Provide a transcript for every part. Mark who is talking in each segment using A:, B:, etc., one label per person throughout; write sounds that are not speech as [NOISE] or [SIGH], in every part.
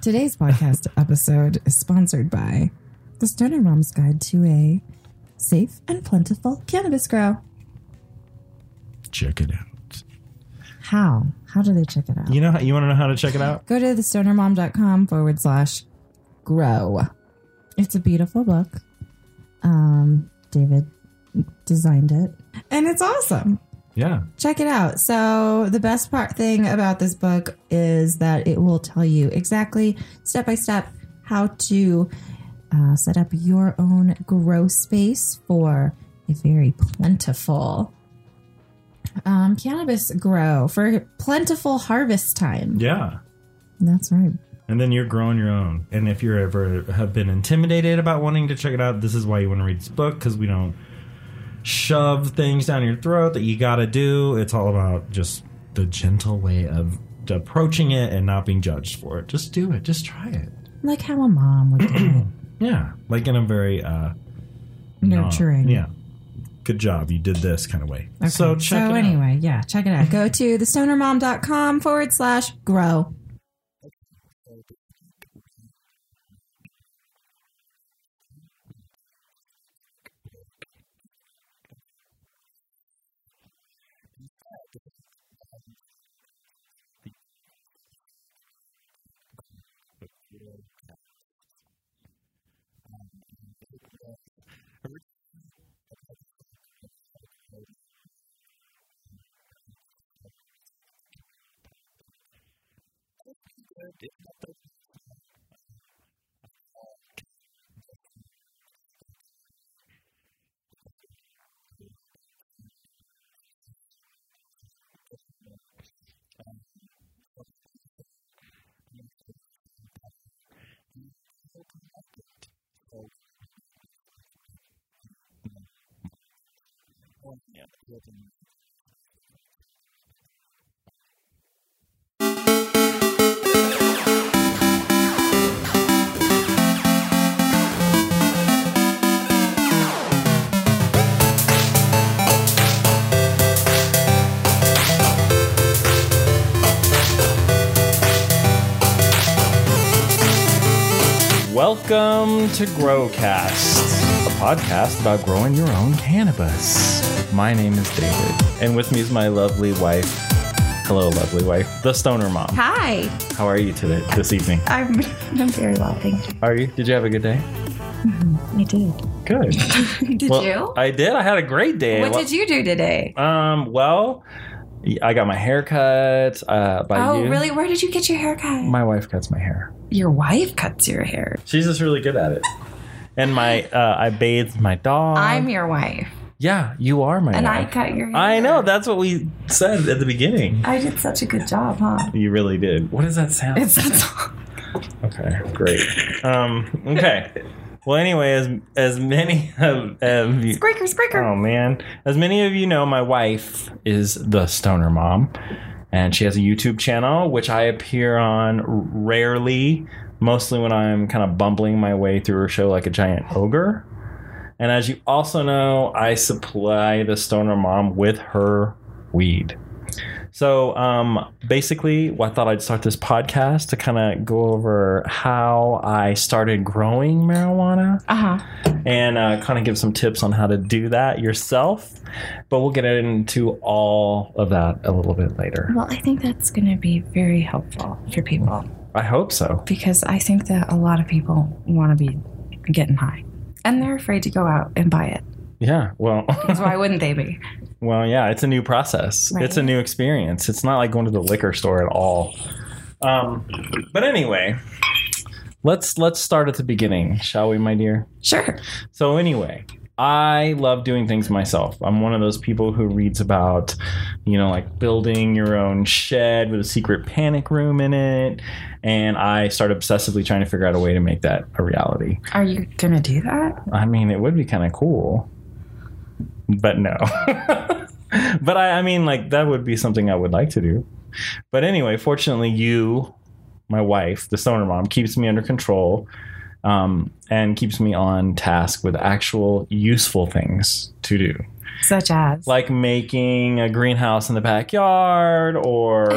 A: Today's podcast episode is sponsored by the Stoner Mom's Guide to a Safe and Plentiful Cannabis Grow.
B: Check it out.
A: How? How do they check it out?
B: You know, how- you want to know how to check it out?
A: Go to thestonermom.com forward slash grow. It's a beautiful book. Um, David designed it, and it's awesome.
B: Yeah.
A: Check it out. So, the best part thing about this book is that it will tell you exactly step by step how to uh, set up your own grow space for a very plentiful um, cannabis grow for plentiful harvest time.
B: Yeah.
A: That's right.
B: And then you're growing your own. And if you're ever have been intimidated about wanting to check it out, this is why you want to read this book because we don't shove things down your throat that you got to do. It's all about just the gentle way of approaching it and not being judged for it. Just do it. Just try it.
A: Like how a mom would do
B: [CLEARS THROAT]
A: it.
B: Yeah. Like in a very uh, non-
A: Nurturing.
B: yeah. Good job. You did this kind of way.
A: Okay.
B: So check it out.
A: anyway, yeah, check it out. Go to thestonermom.com forward slash grow.
C: Welcome to Growcast, a podcast about growing your own cannabis. My name is David, and with me is my lovely wife. Hello, lovely wife, the Stoner Mom.
A: Hi.
C: How are you today, this evening?
D: I'm, [LAUGHS] I'm very well, thank you.
C: Are you? Did you have a good day?
D: I
C: [LAUGHS]
D: did. [LAUGHS]
C: Good.
D: Did
C: well, I did. I had a great day.
D: what did you do today?
C: you? Um. Well, I got my hair cut uh, by
D: oh,
C: you.
D: really? Where did you get your hair cut?
C: My wife cuts my hair.
D: your wife cuts your hair.
C: She's just really good at it. And my, uh, I bathed my dog.
D: I'm your wife,
C: Yeah, you are my.
D: and
C: wife.
D: I cut your hair.
C: I know. That's what we said at the beginning.
D: I did such a good job, huh?
C: You really did. What does that sound?
D: It's that [LAUGHS] song.
C: okay, great. Um, okay. Well, anyway, as as many of, of you,
D: Squeaker, squeaker.
C: oh man, as many of you know, my wife is the stoner mom, and she has a YouTube channel which I appear on rarely, mostly when I'm kind of bumbling my way through her show like a giant ogre. And as you also know, I supply the stoner mom with her weed. So um, basically, well, I thought I'd start this podcast to kind of go over how I started growing marijuana
D: Uh huh.
C: and uh, kind of give some tips on how to do that yourself. But we'll get into all of that a little bit later.
D: Well, I think that's going to be very helpful for people
C: I hope so.
D: because I think that a lot of people want to be getting high, and they're afraid to go out and buy it.
C: Yeah. Well. [LAUGHS]
D: Because why wouldn't they be?
C: Well, yeah, it's a new process.
D: Right.
C: It's a new experience. It's not like going to the liquor store at all. Um, but anyway, let's let's start at the beginning, shall we, my dear?
D: [LAUGHS] Sure.
C: So anyway, I love doing things myself. I'm one of those people who reads about, you know, like building your own shed with a secret panic room in it, and I start obsessively trying to figure out a way to make that a reality.
D: Are you going to do that?
C: I mean, it would be kind of cool, but no. [LAUGHS] but I, I mean, like that would be something I would like to do. But anyway, fortunately, you, my wife, the stoner mom, keeps me under control um, and keeps me on task with actual useful things to do.
D: Such as
C: like making a greenhouse in the backyard or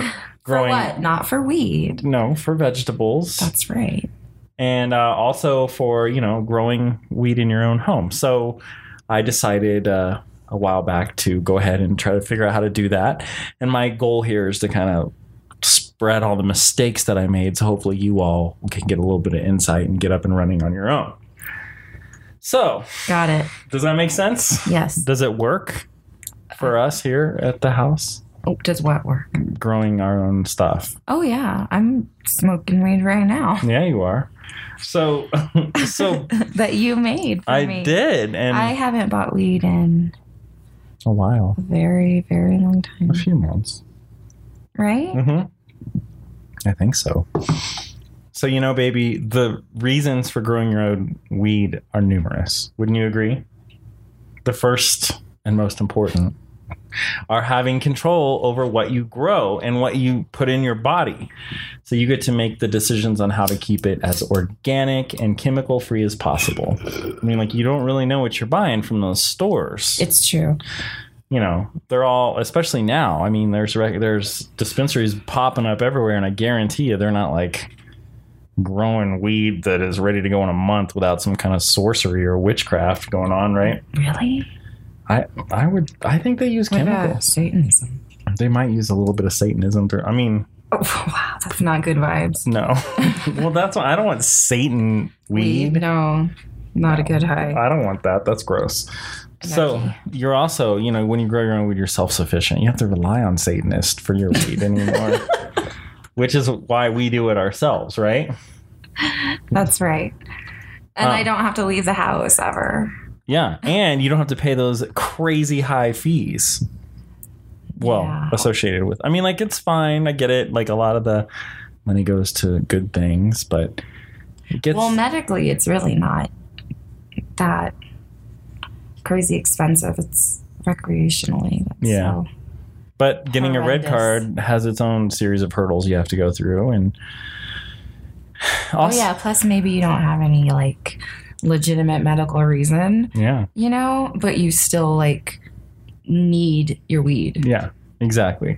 D: [SIGHS]
C: growing.
D: for what? Oh, Not for weed.
C: No, for vegetables.
D: That's right.
C: and uh, also for you know growing weed in your own home. So I decided uh, a while back to go ahead and try to figure out how to do that. And my goal here is to kind of spread all the mistakes that I made, so hopefully you all can get a little bit of insight and get up and running on your own. So
D: Got it.
C: does that make sense?
D: Yes.
C: Does it work for us here at the house?
D: Oh, does what work?
C: Growing our own stuff.
D: Oh yeah, I'm smoking weed right now [LAUGHS]
C: Yeah, you are. So, [LAUGHS] so
D: that you made. For
C: I
D: me.
C: did, and
D: I haven't bought weed in
C: a while.
D: a very, very long time.
C: A few months.
D: Right?
C: Mm-hmm. I think so. So you know, baby, the reasons for growing your own weed are numerous. Wouldn't you agree? The first and most important are having control over what you grow and what you put in your body. So you get to make the decisions on how to keep it as organic and chemical free as possible. I mean, like you don't really know what you're buying from those stores
D: It's true.
C: you know, they're all, especially now. I mean, there's rec- there's dispensaries popping up everywhere, and I guarantee you, they're not like growing weed that is ready to go in a month without some kind of sorcery or witchcraft going on, right?
D: Really?
C: I I would I think they use
D: What about
C: chemicals.
D: Satanism? they
C: They might use a little bit of Satanism. Through, I mean,
D: Oh, [LAUGHS] wow, that's not good vibes.
C: no. [LAUGHS] well, that's why I don't want Satan weed.
D: No, not a good high.
C: I don't want that. That's gross. So you're also, you know, when you grow your own weed, you're self-sufficient. You have to rely on Satanist for your
D: [LAUGHS]
C: weed anymore, which is why we do it ourselves, right?
D: That's right. And
C: Oh.
D: I don't have to leave the house ever.
C: Yeah, and you don't have to pay those crazy high fees. Well,
D: Yeah.
C: associated with, I mean, like it's fine. I get it. Like a lot of the money goes to good things, but it gets
D: Well, medically, it's really not that crazy expensive. It's recreationally. That's
C: Yeah.
D: so-
C: But getting a red
D: Horrendous.
C: card has its own series of hurdles you have to go through, and [SIGHS]
D: Oh
C: also,
D: yeah. Plus, maybe you don't have any like legitimate medical reason,
C: yeah,
D: you know, but you still like need your weed.
C: yeah, exactly.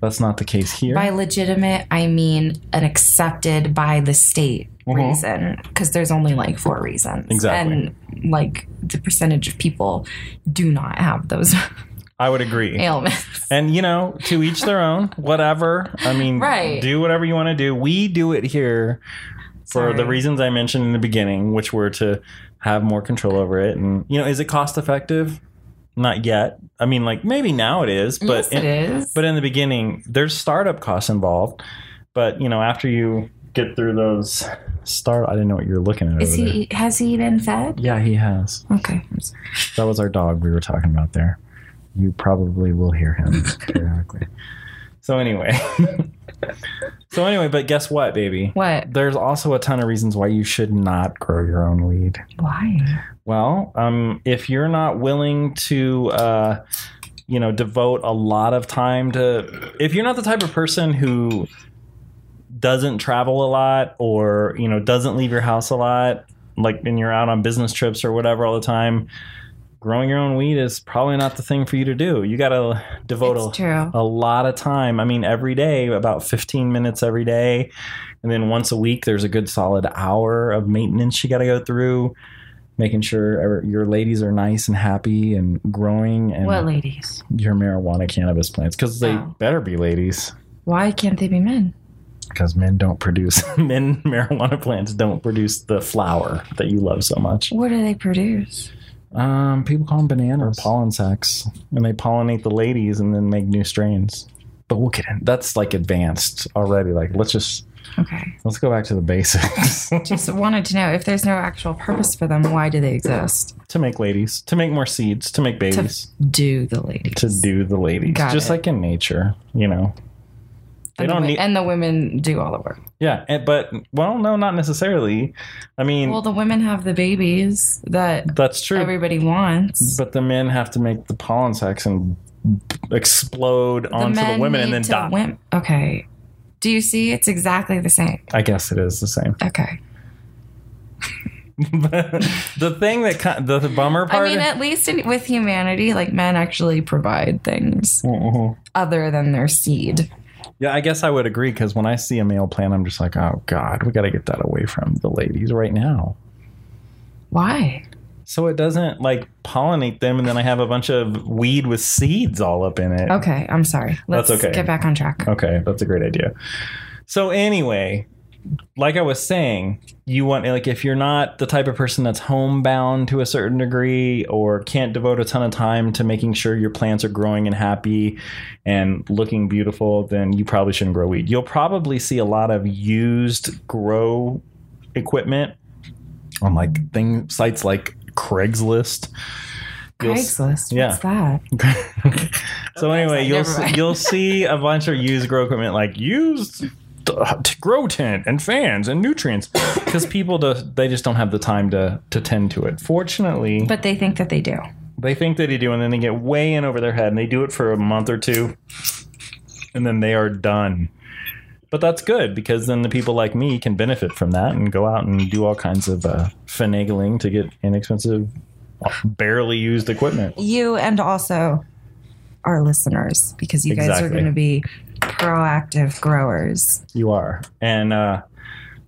C: That's not the case here.
D: By legitimate, I mean an accepted by the state
C: Mhm.
D: reason, because there's only like four reasons.
C: Exactly.
D: And like the percentage of people do not have those [LAUGHS]
C: I would agree.
D: ailments.
C: and you know, to each their own. Whatever. I mean,
D: Right.
C: do whatever you want to do. We do it here [LAUGHS] for
D: Sorry.
C: the reasons I mentioned in the beginning, which were to have more control over it. And you know, is it cost effective? Not yet. I mean, like maybe now it is, but
D: yes, it is.
C: But in the beginning, there's startup costs involved. But you know, after you get through those start, I didn't know what you were looking at.
D: is
C: over
D: he? Has he been fed?
C: There. Yeah, he has.
D: Okay.
C: That was our dog we were talking about there. You probably will hear him periodically. So anyway, [LAUGHS] so anyway, but guess what, baby?
D: What?
C: There's also a ton of reasons why you should not grow your own weed.
D: Why?
C: Well, um, if you're not willing to, uh, you know, devote a lot of time to, if you're not the type of person who doesn't travel a lot or, you know, doesn't leave your house a lot, like when you're out on business trips or whatever all the time, growing your own weed is probably not the thing for you to do. You got to devote a,
D: It's true.
C: a lot of time. I mean, every day, about 15 minutes every day. And then once a week, there's a good solid hour of maintenance you got to go through, making sure ever- your ladies are nice and happy and growing and
D: What ladies?
C: your marijuana cannabis plants. Because they
D: Oh.
C: better be ladies,
D: Why can't they be men?
C: because men don't produce, [LAUGHS] men marijuana plants don't produce the flower that you love so much.
D: What do they produce?
C: Um, people call them bananas, pollen sacks, and they pollinate the ladies and then make new strains. But we'll get in. That's like advanced already. Like let's just
D: Okay.
C: let's go back to the basics [LAUGHS]
D: Just wanted to know if there's no actual purpose for them, why do they exist?
C: to make ladies, to make more seeds, to make babies,
D: Do the ladies.
C: to, do the ladies,
D: Got
C: just
D: it.
C: like in nature, you know. They
D: and
C: don't
D: the, wo-
C: need,
D: and the women do all the work.
C: yeah. And, but well, no, not necessarily. I mean,
D: Well, the women have the babies that
C: that's true.
D: everybody wants.
C: but the men have to make the pollen sacks and explode onto the
D: men
C: women and
D: need
C: then
D: to
C: die.
D: win- okay. Do you see? It's exactly the same.
C: [LAUGHS] I guess it is the same.
D: Okay.
C: the thing that ki- the, the bummer
D: I
C: part.
D: mean, at least in, with humanity, like men actually provide things
C: Mhm.
D: other than their seed.
C: yeah, I guess I would agree because when I see a male plant, I'm just like, oh god, we got to get that away from the ladies right now.
D: Why?
C: So it doesn't like pollinate them, and then I have a bunch of weed with seeds all up in it.
D: Okay, I'm sorry. Let's
C: That's okay.
D: get back on track.
C: Okay, that's a great idea. So anyway, like I was saying, you want like if you're not the type of person that's homebound to a certain degree or can't devote a ton of time to making sure your plants are growing and happy and looking beautiful, then you probably shouldn't grow weed. You'll probably see a lot of used grow equipment on like thing sites like Craigslist. You'll s-
D: Craigslist.
C: yeah.
D: What's that?
C: so anyway,
D: so
C: you'll
D: never
C: see,
D: mind. [LAUGHS]
C: you'll see a bunch of used grow equipment like used t- t- grow tent and fans and nutrients because people do, they just don't have the time to to tend to it. Fortunately,
D: But they think that they do.
C: they think that they do, and then they get way in over their head, and they do it for a month or two, and then they are done. But that's good because then the people like me can benefit from that and go out and do all kinds of uh, finagling to get inexpensive, barely used equipment.
D: You and also our listeners, because you guys are
C: Exactly.
D: going to be proactive growers.
C: You are. And uh,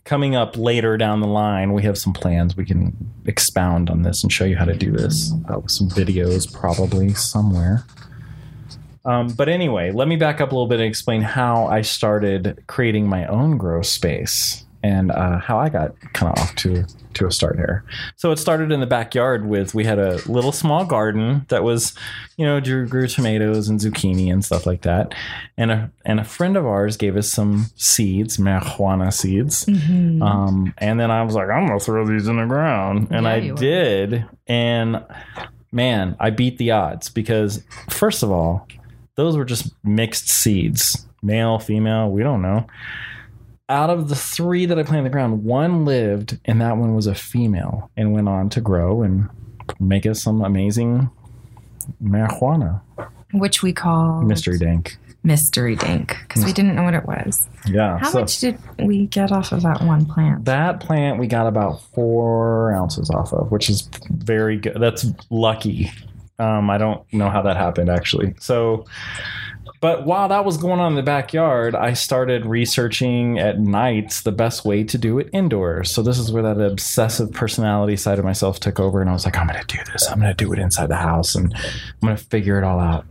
C: coming up later down the line, we have some plans. We can expound on this and show you how to do this uh, with some videos, probably somewhere. Um, but anyway, let me back up a little bit and explain how I started creating my own grow space and uh, how I got kind of off to to a start here. So it started in the backyard with we had a little small garden that was, you know, drew, grew tomatoes and zucchini and stuff like that, and a and a friend of ours gave us some seeds, marijuana seeds,
D: Mm-hmm.
C: um, and then I was like, I'm gonna throw these in the ground, and
D: Yeah,
C: I
D: you were.
C: did, and man, I beat the odds because first of all, those were just mixed seeds, male, female, we don't know. Out of the three that I planted in the ground, one lived, and that one was a female, and went on to grow and make us some amazing marijuana
D: Which we call
C: mystery dank.
D: mystery dink because we didn't know what it was.
C: Yeah.
D: How
C: Uh, so-
D: much did we get off of that one plant?
C: That plant we got about four ounces off of, which is very good. That's lucky. Um, I don't know how that happened actually. So, but while that was going on in the backyard, I started researching at nights the best way to do it indoors. So this is where that obsessive personality side of myself took over, and I was like, I'm going to do this. I'm going to do it inside the house, and I'm going to figure it all out.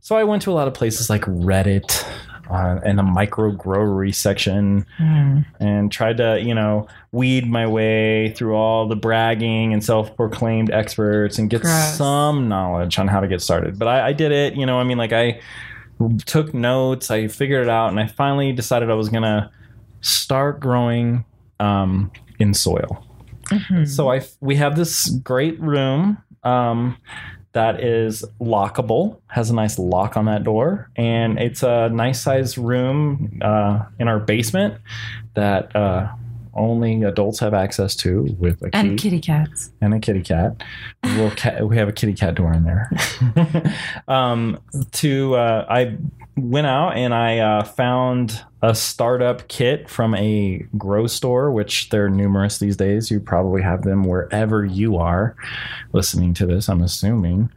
C: So I went to a lot of places like Reddit uh, and the micro growery section
D: Hmm.
C: and tried to, you know, weed my way through all the bragging and self proclaimed experts and get
D: Gross.
C: some knowledge on how to get started. But I, I did it, you know, I mean, like I took notes, I figured it out, and I finally decided I was going to start growing um, in soil. So I we have this great room um, that is lockable, has a nice lock on that door, and it's a nice sized room uh, in our basement that uh, only adults have access to with a key
D: And kitty cats.
C: and a kitty cat. We'll ca- we have a kitty cat door in there. [LAUGHS] um, to uh, I went out and I uh, found a startup kit from a grow store, which they're numerous these days. You probably have them wherever you are listening to this. I'm assuming,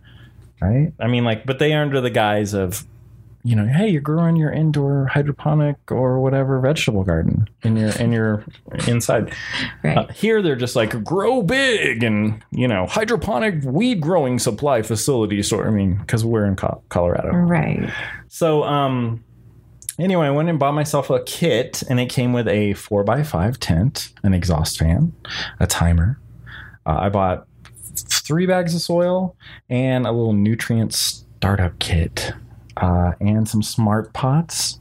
C: right? I mean, like, but they are under the guise of. You know, hey, you're growing your indoor hydroponic or whatever vegetable garden in your in your inside.
D: Right.
C: Uh, here they're just like grow big and you know hydroponic weed growing supply facility store. I mean, because we're in Co- Colorado.
D: right.
C: So um, anyway, I went and bought myself a kit, and it came with a four x five tent, an exhaust fan, a timer. Uh, I bought three bags of soil and a little nutrient startup kit, uh, and some smart pots,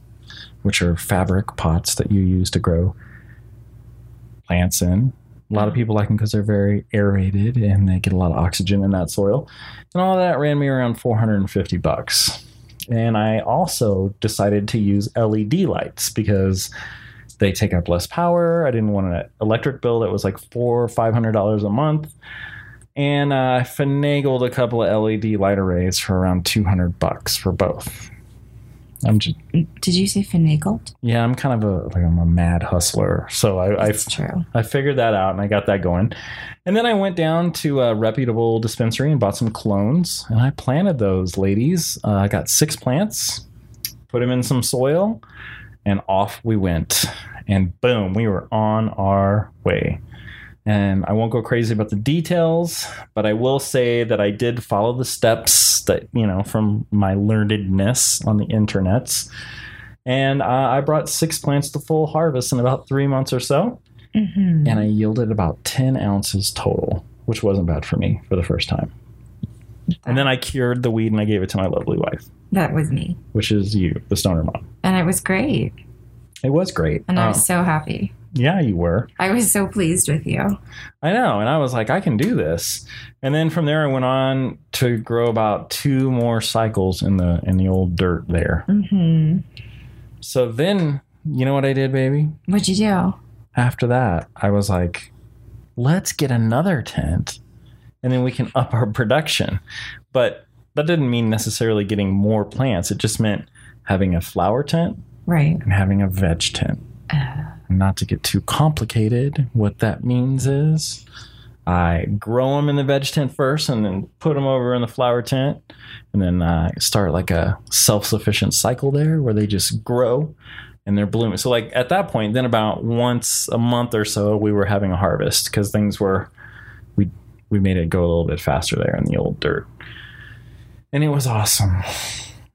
C: which are fabric pots that you use to grow plants in. A lot of people like them because they're very aerated and they get a lot of oxygen in that soil. And all that ran me around 450 bucks. And I also decided to use LED lights because they take up less power. I didn't want an electric bill that was like four or five hundred dollars a month. And uh, I E finagled a couple of LED light arrays for around 200 bucks for both. I'm just,
D: Did you say finagled?
C: yeah, I'm kind of a like I'm a mad hustler. So I, I
D: That's true.
C: I figured that out and I got that going. And then I went down to a reputable dispensary and bought some clones and I planted those ladies. Uh, I got six plants, put them in some soil, and off we went. And boom, we were on our way. And I won't go crazy about the details, but I will say that I did follow the steps that, you know, from my learnedness on the internets. And uh, I brought six plants to full harvest in about three months or so
D: hmm
C: and I yielded about 10 ounces total, which wasn't bad for me for the first time. And then I cured the weed and I gave it to my lovely wife,
D: That was me.
C: which is you, the stoner mom.
D: And it was great.
C: It was great.
D: And I
C: Um,
D: was so happy.
C: yeah, you were.
D: I was so pleased with you.
C: I know. And I was like, I can do this. And then from there, I went on to grow about two more cycles in the in the old dirt there.
D: hmm
C: So then, you know what I did, baby?
D: What'd you do?
C: after that, I was like, let's get another tent and then we can up our production. But that didn't mean necessarily getting more plants. It just meant having a flower tent
D: Right.
C: and having a veg tent. Not to get too complicated, what that means is I grow them in the veg tent first and then put them over in the flower tent. And then I start like a self sufficient cycle there where they just grow and they're blooming. So, like at that point, then about once a month or so, we were having a harvest because things were, we, we made it go a little bit faster there in the old dirt. And it was awesome.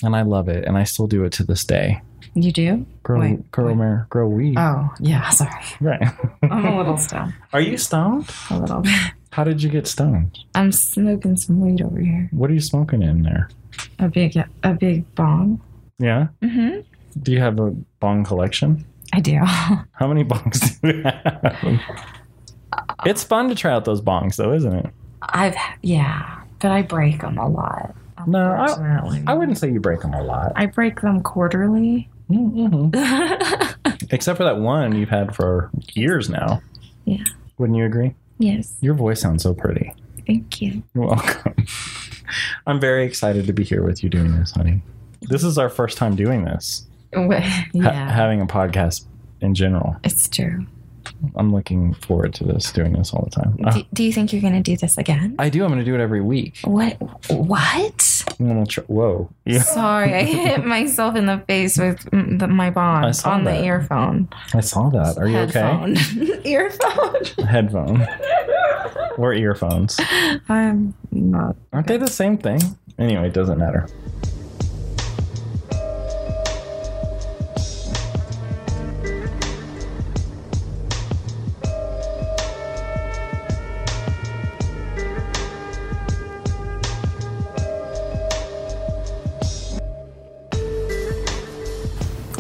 C: And I love it. And I still do it to this day
D: You do?
C: grow
D: Wait,
C: grow
D: wait.
C: mar- grow weed.
D: Oh, yeah. Sorry.
C: Right. [LAUGHS]
D: I'm a little stoned.
C: Are you stoned?
D: A little bit.
C: How did you get stoned?
D: I'm smoking some weed over here.
C: What are you smoking in there?
D: A big, a big bong.
C: Yeah.
D: Mm-hmm.
C: Do you have a bong collection?
D: I do.
C: How many [LAUGHS] bongs do you have? It's fun to try out those bongs, though, isn't it?
D: I've, yeah, but I break them a lot.
C: No, I-
D: unfortunately.
C: I wouldn't say you break them a lot,
D: I break them [LAUGHS] quarterly.
C: Mm-mm.
D: yes.
C: Mm-hmm. except for that one you've had for years now.
D: Yeah.
C: Wouldn't you agree? Your voice sounds so pretty.
D: Thank you.
C: You're welcome. [LAUGHS] I'm very excited to be here with you doing this, honey. This is our first time doing this, ha-
D: yeah,
C: having a podcast in general.
D: it's true.
C: I'm looking forward to this, doing this all the time. Uh,
D: Do, do you think you're going to do this again?
C: I do. I'm going to do it every week.
D: What? What?
C: I'm gonna tr- whoa. Yeah.
D: Sorry, I
C: [LAUGHS]
D: hit myself in the face with mm, the, my bong
C: I saw
D: on
C: that.
D: the earphone.
C: I saw that. Are you
D: Headphone. [LAUGHS] earphone.
C: okay? Headphone or earphones.
D: [LAUGHS] I'm not.
C: Aren't they the same thing? Anyway, it doesn't matter.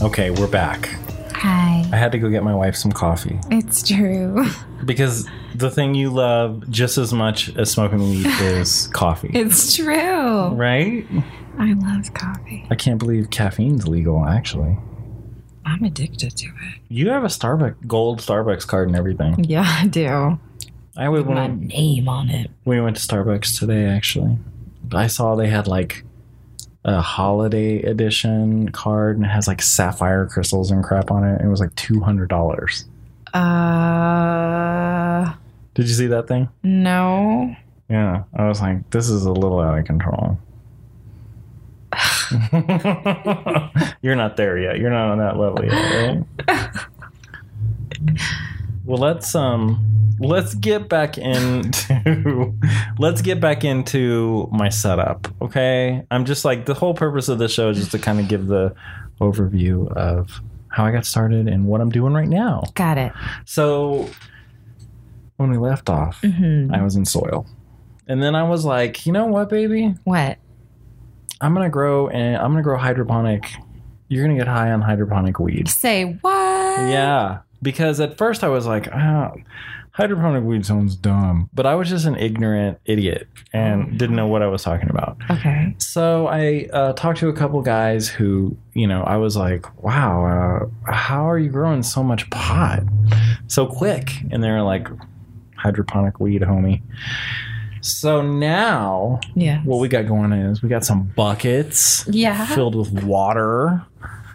C: Okay, we're back.
D: Hi.
C: I had to go get my wife some coffee
D: It's true. [LAUGHS]
C: because the thing you love just as much as smoking weed is coffee,
D: It's true.
C: right?
D: I love coffee.
C: I can't believe caffeine's legal, actually.
D: I'm addicted to it.
C: You have a Starbucks gold Starbucks card and everything.
D: Yeah, I do.
C: I would
D: My
C: when
D: name on it.
C: we went to Starbucks today actually. I saw they had like a holiday edition card and it has like sapphire crystals and crap on it. It was like two hundred dollars.
D: Uh,
C: Did you see that thing?
D: no.
C: Yeah. I was like, this is a little out of control. [LAUGHS] You're not there yet. You're not on that level yet, right? well, let's um let's get back into [LAUGHS] let's get back into my setup, okay? I'm just like the whole purpose of the show is just to kind of give the overview of how I got started and what I'm doing right now.
D: Got it.
C: So when we left off,
D: Mm-hmm.
C: I was in soil. And then I was like, you know what, baby?
D: What?
C: I'm gonna grow and I'm gonna grow hydroponic. You're gonna get high on hydroponic weed.
D: Say what?
C: Yeah. Because at first I was like, ah, hydroponic weed sounds dumb. But I was just an ignorant idiot and didn't know what I was talking about.
D: Okay.
C: So I uh, talked to a couple guys who, you know, I was like, wow, uh, how are you growing so much pot so quick? And they were like, hydroponic weed, homie. So now
D: Yeah.
C: what we got going is we got some buckets
D: Yeah.
C: filled with water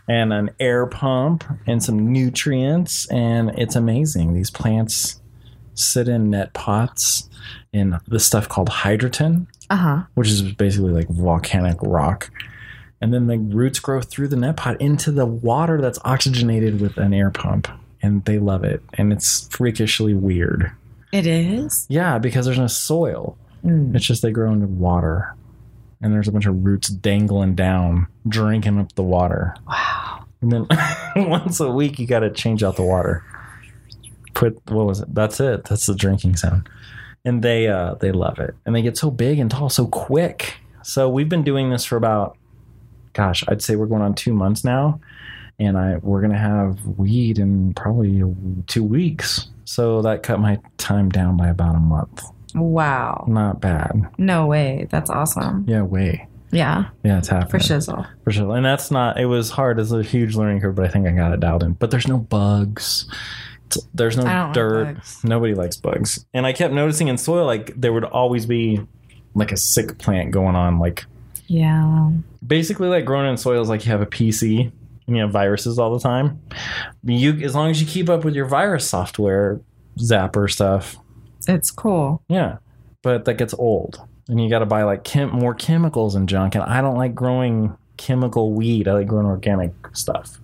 C: and an air pump and some nutrients, and it's amazing. These plants sit in net pots in this stuff called hydrogen,
A: Uh huh.
D: Uh-huh.
C: which is basically like volcanic rock. And then the roots grow through the net pot into the water that's oxygenated with an air pump. And they love it. And it's freakishly weird.
A: It is.
C: Yeah, because there's no soil.
D: Mm.
C: It's just they grow into water. And there's a bunch of roots dangling down, drinking up the water. Wow. And then [LAUGHS] once a week, you got to change out the water. Put, what was it? That's it. That's the drinking sound. And they, uh, they love it. And they get so big and tall so quick. So we've been doing this for about, gosh, I'd say we're going on two months now. And I, we're going to have weed in probably two weeks. So that cut my time down by about a month.
D: Wow.
C: Not bad.
D: No way. That's awesome.
C: Yeah, way.
D: Yeah.
C: Yeah, it's happening.
D: For shizzle.
C: For sure. And that's not, it was hard. It's a huge learning curve, but I think I got it dialed in. But there's no bugs. It's- There's no
D: I don't like
C: dirt.
D: bugs.
C: Nobody likes bugs. And I kept noticing in soil, like, there would always be like a sick plant going on. Like,
D: Yeah.
C: basically, like, growing in soil is like you have a PC and you have viruses all the time. You, as long as you keep up with your virus software, zapper stuff,
D: It's cool.
C: Yeah, but that gets old, and you got to buy like chem- more chemicals and junk. And I don't like growing chemical weed. I like growing organic stuff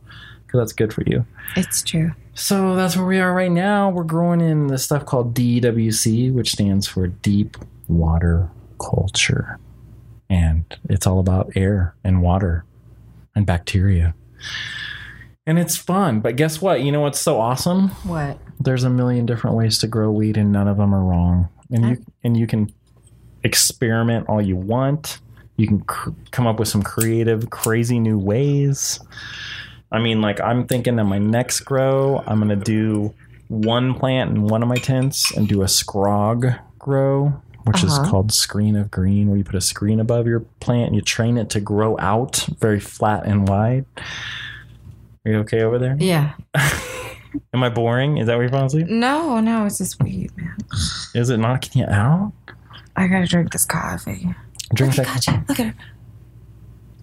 C: because that's good for you.
D: It's true.
C: So that's where we are right now. We're growing in this stuff called DWC, which stands for Deep Water Culture, and it's all about air and water and bacteria. And it's fun, but guess what? You know what's so awesome?
D: What?
C: there's a million different ways to grow weed and none of them are wrong and you and you can experiment all you want you can cr- come up with some creative crazy new ways i mean like i'm thinking in my next grow i'm gonna do one plant in one of my tents and do a scrog grow which is
A: Uh-huh.
C: called screen of green where you put a screen above your plant and you train it to grow out very flat and wide are you okay over there
D: Yeah.
C: am i boring is that what you're falling asleep
D: No, no, it's just weed, man.
C: Is it knocking you out?
D: I gotta drink this coffee.
C: Drink that.
D: Gotcha. Look at her.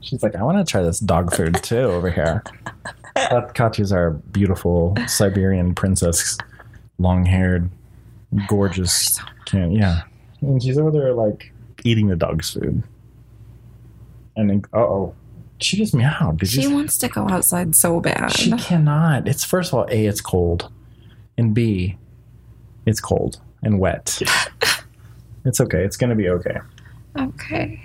C: She's like, I want to try this dog food too over here. Katyas are beautiful Siberian princess, long haired, gorgeous. Can yeah. And she's over there like eating the dog's food. And then, uh oh, she just meowed. Did
D: She
C: you?
D: wants to go outside so bad.
C: She cannot. It's first of all, a it's cold, and b it's cold and wet. it's okay. It's gonna be okay.
D: Okay.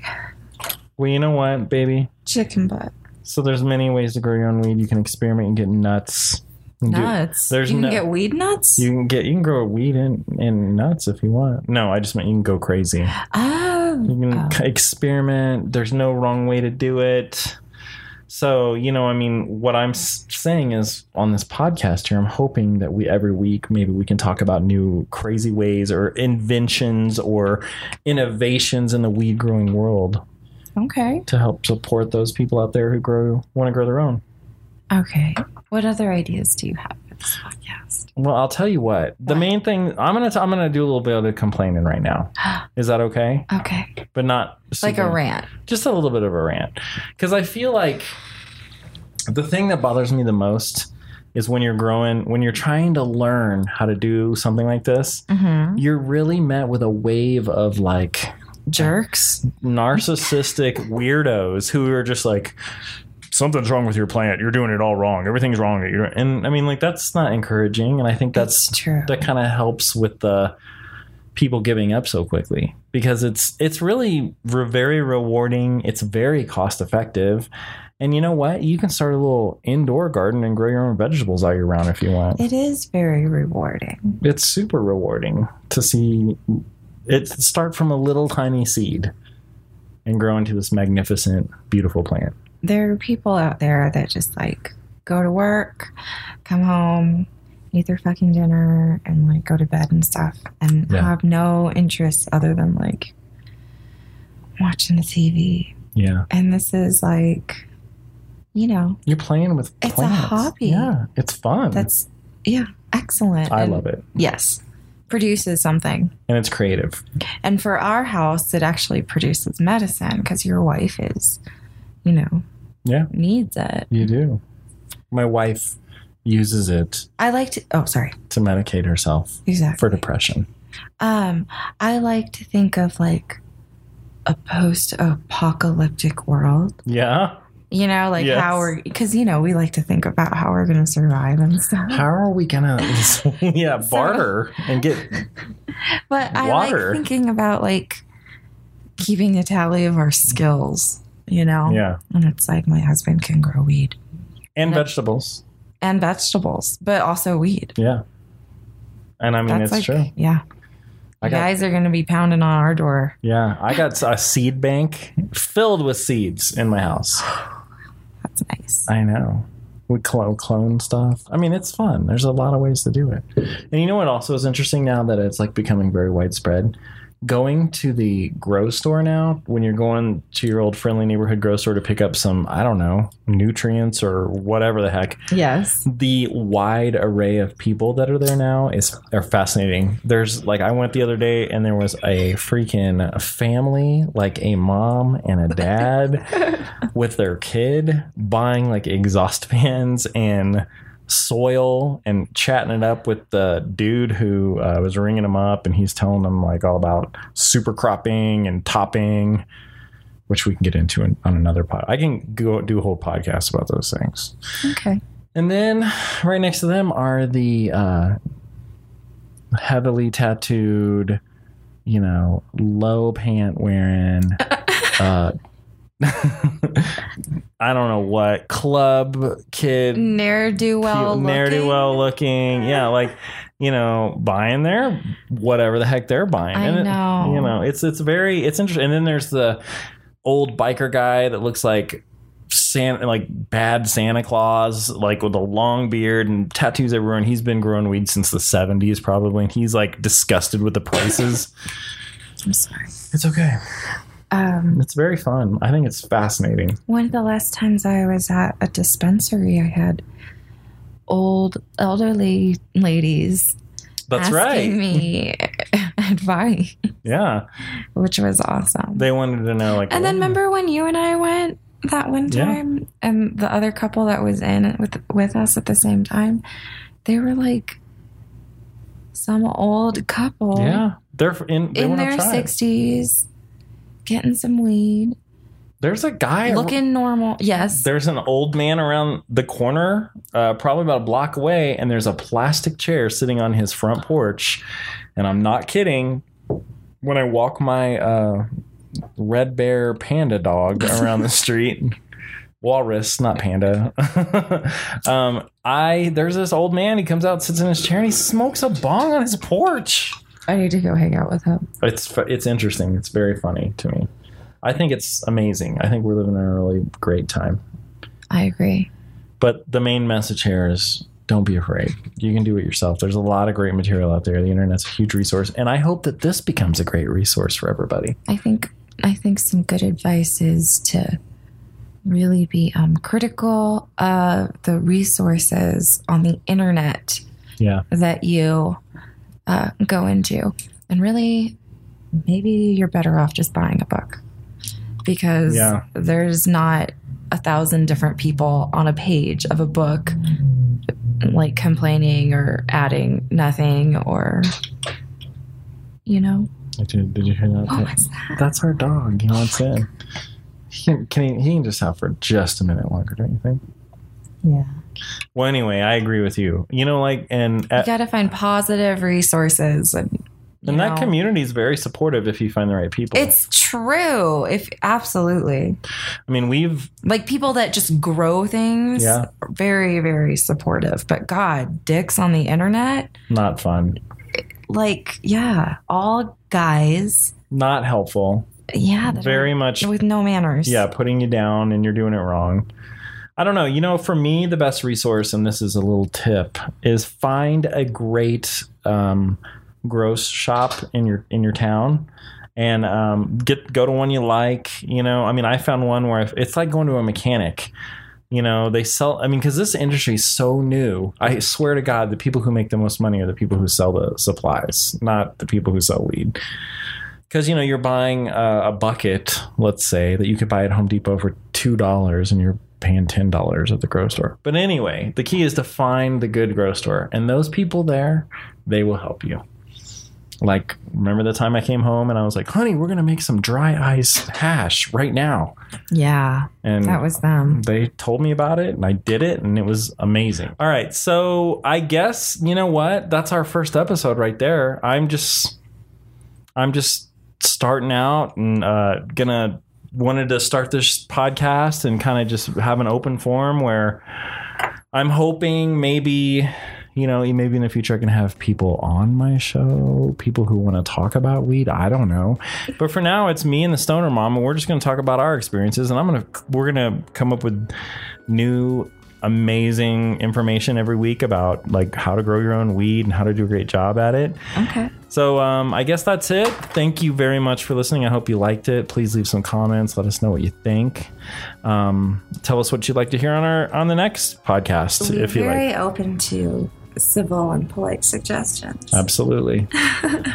C: Well, you know what, baby.
D: Chicken butt.
C: So there's many ways to grow your own weed. You can experiment and get nuts. You can do-
D: Nuts.
C: there's
D: you can
C: no-
D: get weed nuts?
C: you can get you can grow weed and, and nuts if you want. No, I just meant you can go crazy.
D: oh.
C: You can
D: Oh.
C: c- experiment. There's no wrong way to do it. So you know, I mean, what I'm s- saying is on this podcast here, I'm hoping that we every week maybe we can talk about new crazy ways or inventions or innovations in the weed growing world
D: Okay.
C: to help support those people out there who grow want to grow their own.
D: Okay. What other ideas do you have for this podcast?
C: Well, I'll tell you what. The
D: What?
C: main thing I'm gonna t- I'm gonna do a little bit of complaining
A: [GASPS]
C: right now. Is that okay?
D: Okay.
C: But not
A: Like a
C: super-
A: rant.
C: Just a little bit of a rant, because I feel like the thing that bothers me the most is when you're growing, when you're trying to learn how to do something like this,
A: Mm-hmm.
C: you're really met with a wave of like
D: Jerks.
A: [LAUGHS]
C: narcissistic weirdos who are just like something's wrong with your plant you're doing it all wrong everything's wrong You're- and i mean like that's not encouraging and i think that's
D: It's true.
C: that kind of helps with the people giving up so quickly because it's it's really re- very rewarding it's very cost effective and you know what you can start a little indoor garden and grow your own vegetables all year round if you want
D: It is very rewarding.
C: it's super rewarding to see it start from a little tiny seed and grow into this magnificent, beautiful plant.
D: There are people out there that just like go to work, come home, eat their fucking dinner, and like go to bed and stuff, and
C: Yeah.
D: have no interests other than like watching the TV.
C: Yeah.
D: And this is like, you know,
C: You're playing with
D: It's a
C: plants.
D: hobby.
C: Yeah. It's fun.
D: that's yeah, excellent.
C: I
D: and
C: love it.
D: Yes, produces something.
C: And it's creative.
D: And for our house, it actually produces medicine because your wife is, you know,
C: Yeah.
D: needs it.
C: You do. my wife uses it
D: I like to. Oh, sorry.
C: to medicate herself
D: Exactly.
C: for depression.
D: Um, I like to think of like a post-apocalyptic world.
C: Yeah.
D: You know, like
C: Yes.
D: how we're because you know we like to think about how we're going to survive and stuff.
C: How are we gonna [LAUGHS] yeah, barter and get
D: [LAUGHS] But I
C: Water.
D: like thinking about like keeping a tally of our skills. You know,
C: Yeah.
D: and it's like my husband can grow weed
C: And vegetables.
D: and vegetables, but also weed.
C: Yeah. And I mean it's
D: like,
C: true.
D: yeah.
C: I got
D: Guys are going to be pounding on our door.
C: yeah, I got a seed bank filled with seeds in my house.
D: That's nice.
C: I know. We clone, clone stuff. I mean, it's fun. There's a lot of ways to do it. And you know what also is interesting now that it's like becoming very widespread? Going to the grow store now, when you're going to your old friendly neighborhood grow store to pick up some, I don't know, nutrients or whatever the heck,
A: Yes.
C: the wide array of people that are there now is are fascinating. There's like I went the other day and there was a freaking family, like a mom and a dad with their kid buying like exhaust [LAUGHS] fans and soil and chatting it up with the dude who uh, was ringing him up and he's telling them like all about super cropping and topping which we can get into in, on another pod. I can go do a whole podcast about those things.
D: [LAUGHS] Okay.
C: And then right next to them are the uh, heavily tattooed, you know, low pant wearing, uh, [LAUGHS] I don't know what club kid,
D: Ne'er do well.
C: ne'er do well looking. Yeah, like you know, buying their whatever the heck they're buying.
D: I
C: And it-
D: know.
C: you know, it's it's very it's interesting. And then there's the old biker guy that looks like Santa, like bad Santa Claus, like with a long beard and tattoos everywhere. And he's been growing weed since the 70s, probably. And he's like disgusted with the prices.
D: I'm sorry.
C: [LAUGHS] it's okay.
D: Um,
C: It's very fun. I think it's fascinating.
D: One of the last times I was at a dispensary, I had old elderly ladies
C: That's
D: asking
C: right.
D: me [LAUGHS] advice,
C: Yeah.
D: which was awesome.
C: They wanted to know, like,
D: and then
C: oh.
D: remember when you and I went that one
C: Yeah.
D: time, and the other couple that was in it with with us at the same time, they were like some old couple
C: Yeah. They're in, they
D: in
C: wanna
D: their
C: try it.
D: sixties, getting some weed,
C: There's a guy
D: looking normal. Yes,
C: there's an old man around the corner, uh, probably about a block away, and there's a plastic chair sitting on his front porch. And I'm not kidding. When I walk my uh, red bear panda dog around the street, walrus, not panda, [LAUGHS] um, I there's this old man. He comes out, sits in his chair, and he smokes a bong on his porch.
D: I need to go hang out with him.
C: It's fu- it's interesting. It's very funny to me. I think it's amazing. I think we're living in a really great time.
D: I agree.
C: But the main message here is don't be afraid. You can do it yourself. There's a lot of great material out there. The internet's a huge resource. And I hope that this becomes a great resource for everybody.
D: I think I think some good advice is to really be um, critical of the resources on the internet
C: Yeah.
D: that you uh, go into, and really, maybe you're better off just buying a book because
C: Yeah.
D: there's not a thousand different people on a page of a book like complaining or adding nothing or you know
C: Did, did you hear that?
D: what was that
C: That's our dog. He wants
D: Oh
C: in. He can, can he, he can just have for just a minute longer, don't you think?
A: Yeah.
C: Well, anyway, I agree with you. You know, like, and uh,
D: you got to find positive resources and you
C: and that
D: know,
C: community is very supportive if you find the right people.
D: it's true if absolutely
C: I mean, we've
D: like people that just grow things
C: Yeah.
D: are very very supportive but god dicks on the internet
C: not fun,
D: like yeah all guys
C: not helpful,
D: yeah that
C: very
D: are-
C: much
D: with no manners
C: Yeah, putting you down and you're doing it wrong. I don't know. You know, for me, the best resource, and this is a little tip, is find a great um, gross shop in your in your town, and um, get go to one you like. You know, I mean, I found one where if, it's like going to a mechanic. You know, they sell. I mean, because this industry is so new. I swear to God, the people who make the most money are the people who sell the supplies, not the people who sell weed because you know you're buying a, a bucket, let's say that you could buy at Home Depot for two dollars, and you're paying ten dollars at the grocery store. But anyway, the key is to find the good grocery store, and those people there, they will help you. Like, remember the time I came home and I was like, "Honey, we're gonna make some dry ice hash right now,"
D: Yeah,
C: and
D: that was them.
C: they told me about it and I did it and it was amazing. All right, so I guess you know what? That's our first episode right there. I'm just I'm just starting out and uh gonna wanted to start this podcast and kind of just have an open forum where I'm hoping maybe you know, e, maybe in the future I can have people on my show, people who want to talk about weed. I don't know, but for now it's me and the stoner mom, and we're just going to talk about our experiences. And I'm gonna we're gonna come up with new amazing information every week about like how to grow your own weed and how to do a great job at it.
D: Okay.
C: So um, I guess that's it. Thank you very much for listening. I hope you liked it. Please leave some comments. Let us know what you think. Um, tell us what you'd like to hear on our on the next podcast
E: We're
C: if you like.
E: very open to civil and polite suggestions.
C: Absolutely.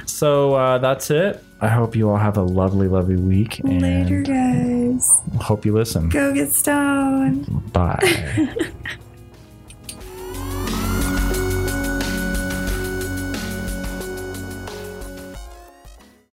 C: so uh, that's it. I hope you all have a lovely, lovely week and
E: Later, guys.
C: hope you listen.
E: Go get stoned.
C: Bye.